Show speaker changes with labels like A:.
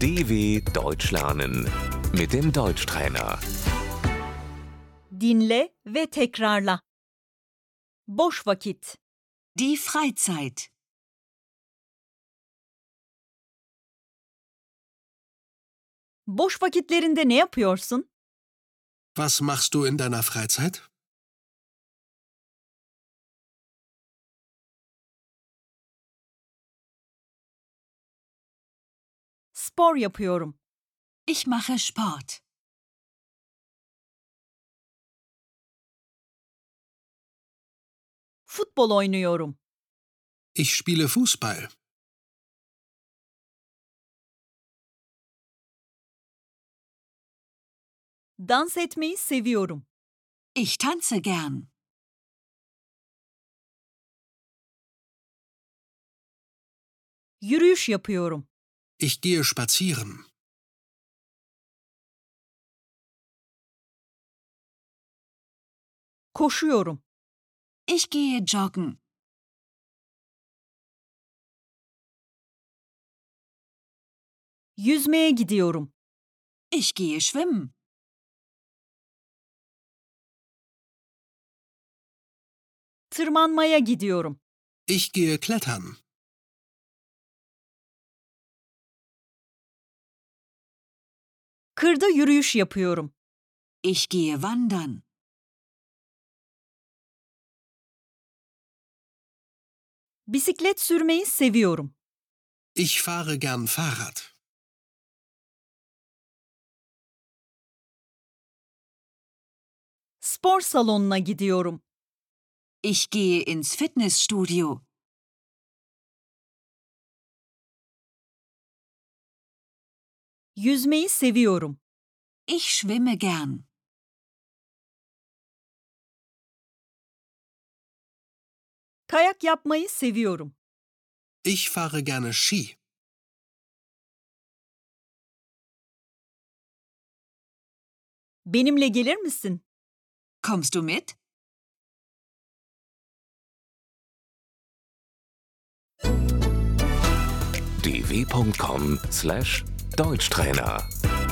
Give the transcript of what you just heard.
A: DW Deutsch lernen mit dem Deutschtrainer.
B: Dinle ve tekrarla. Boş vakit,
C: Die Freizeit.
B: boş vakitlerinde ne yapıyorsun?
D: Was machst du in deiner Freizeit?
B: Spor yapıyorum.
C: Ich mache Sport.
B: Futbol oynuyorum.
D: Ich spiele Fußball.
B: Dans etmeyi seviyorum.
C: Ich tanze gern.
B: Yürüyüş yapıyorum.
D: Ich gehe spazieren.
B: Koşuyorum.
C: Ich gehe joggen.
B: Yüzmeye gidiyorum.
C: Ich gehe schwimmen.
B: Tırmanmaya gidiyorum.
D: Ich gehe klettern.
B: Kırda yürüyüş yapıyorum.
C: Ich gehe wandern.
B: Bisiklet sürmeyi seviyorum.
D: Ich fahre gern Fahrrad.
B: Spor salonuna gidiyorum.
C: Ich gehe ins Fitnessstudio.
B: Yüzmeyi seviyorum.
C: Ich schwimme gern.
B: Kayak yapmayı seviyorum.
D: Ich fahre gerne Ski.
B: Benimle gelir misin?
C: Kommst du mit?
A: dw.com/deutschtrainer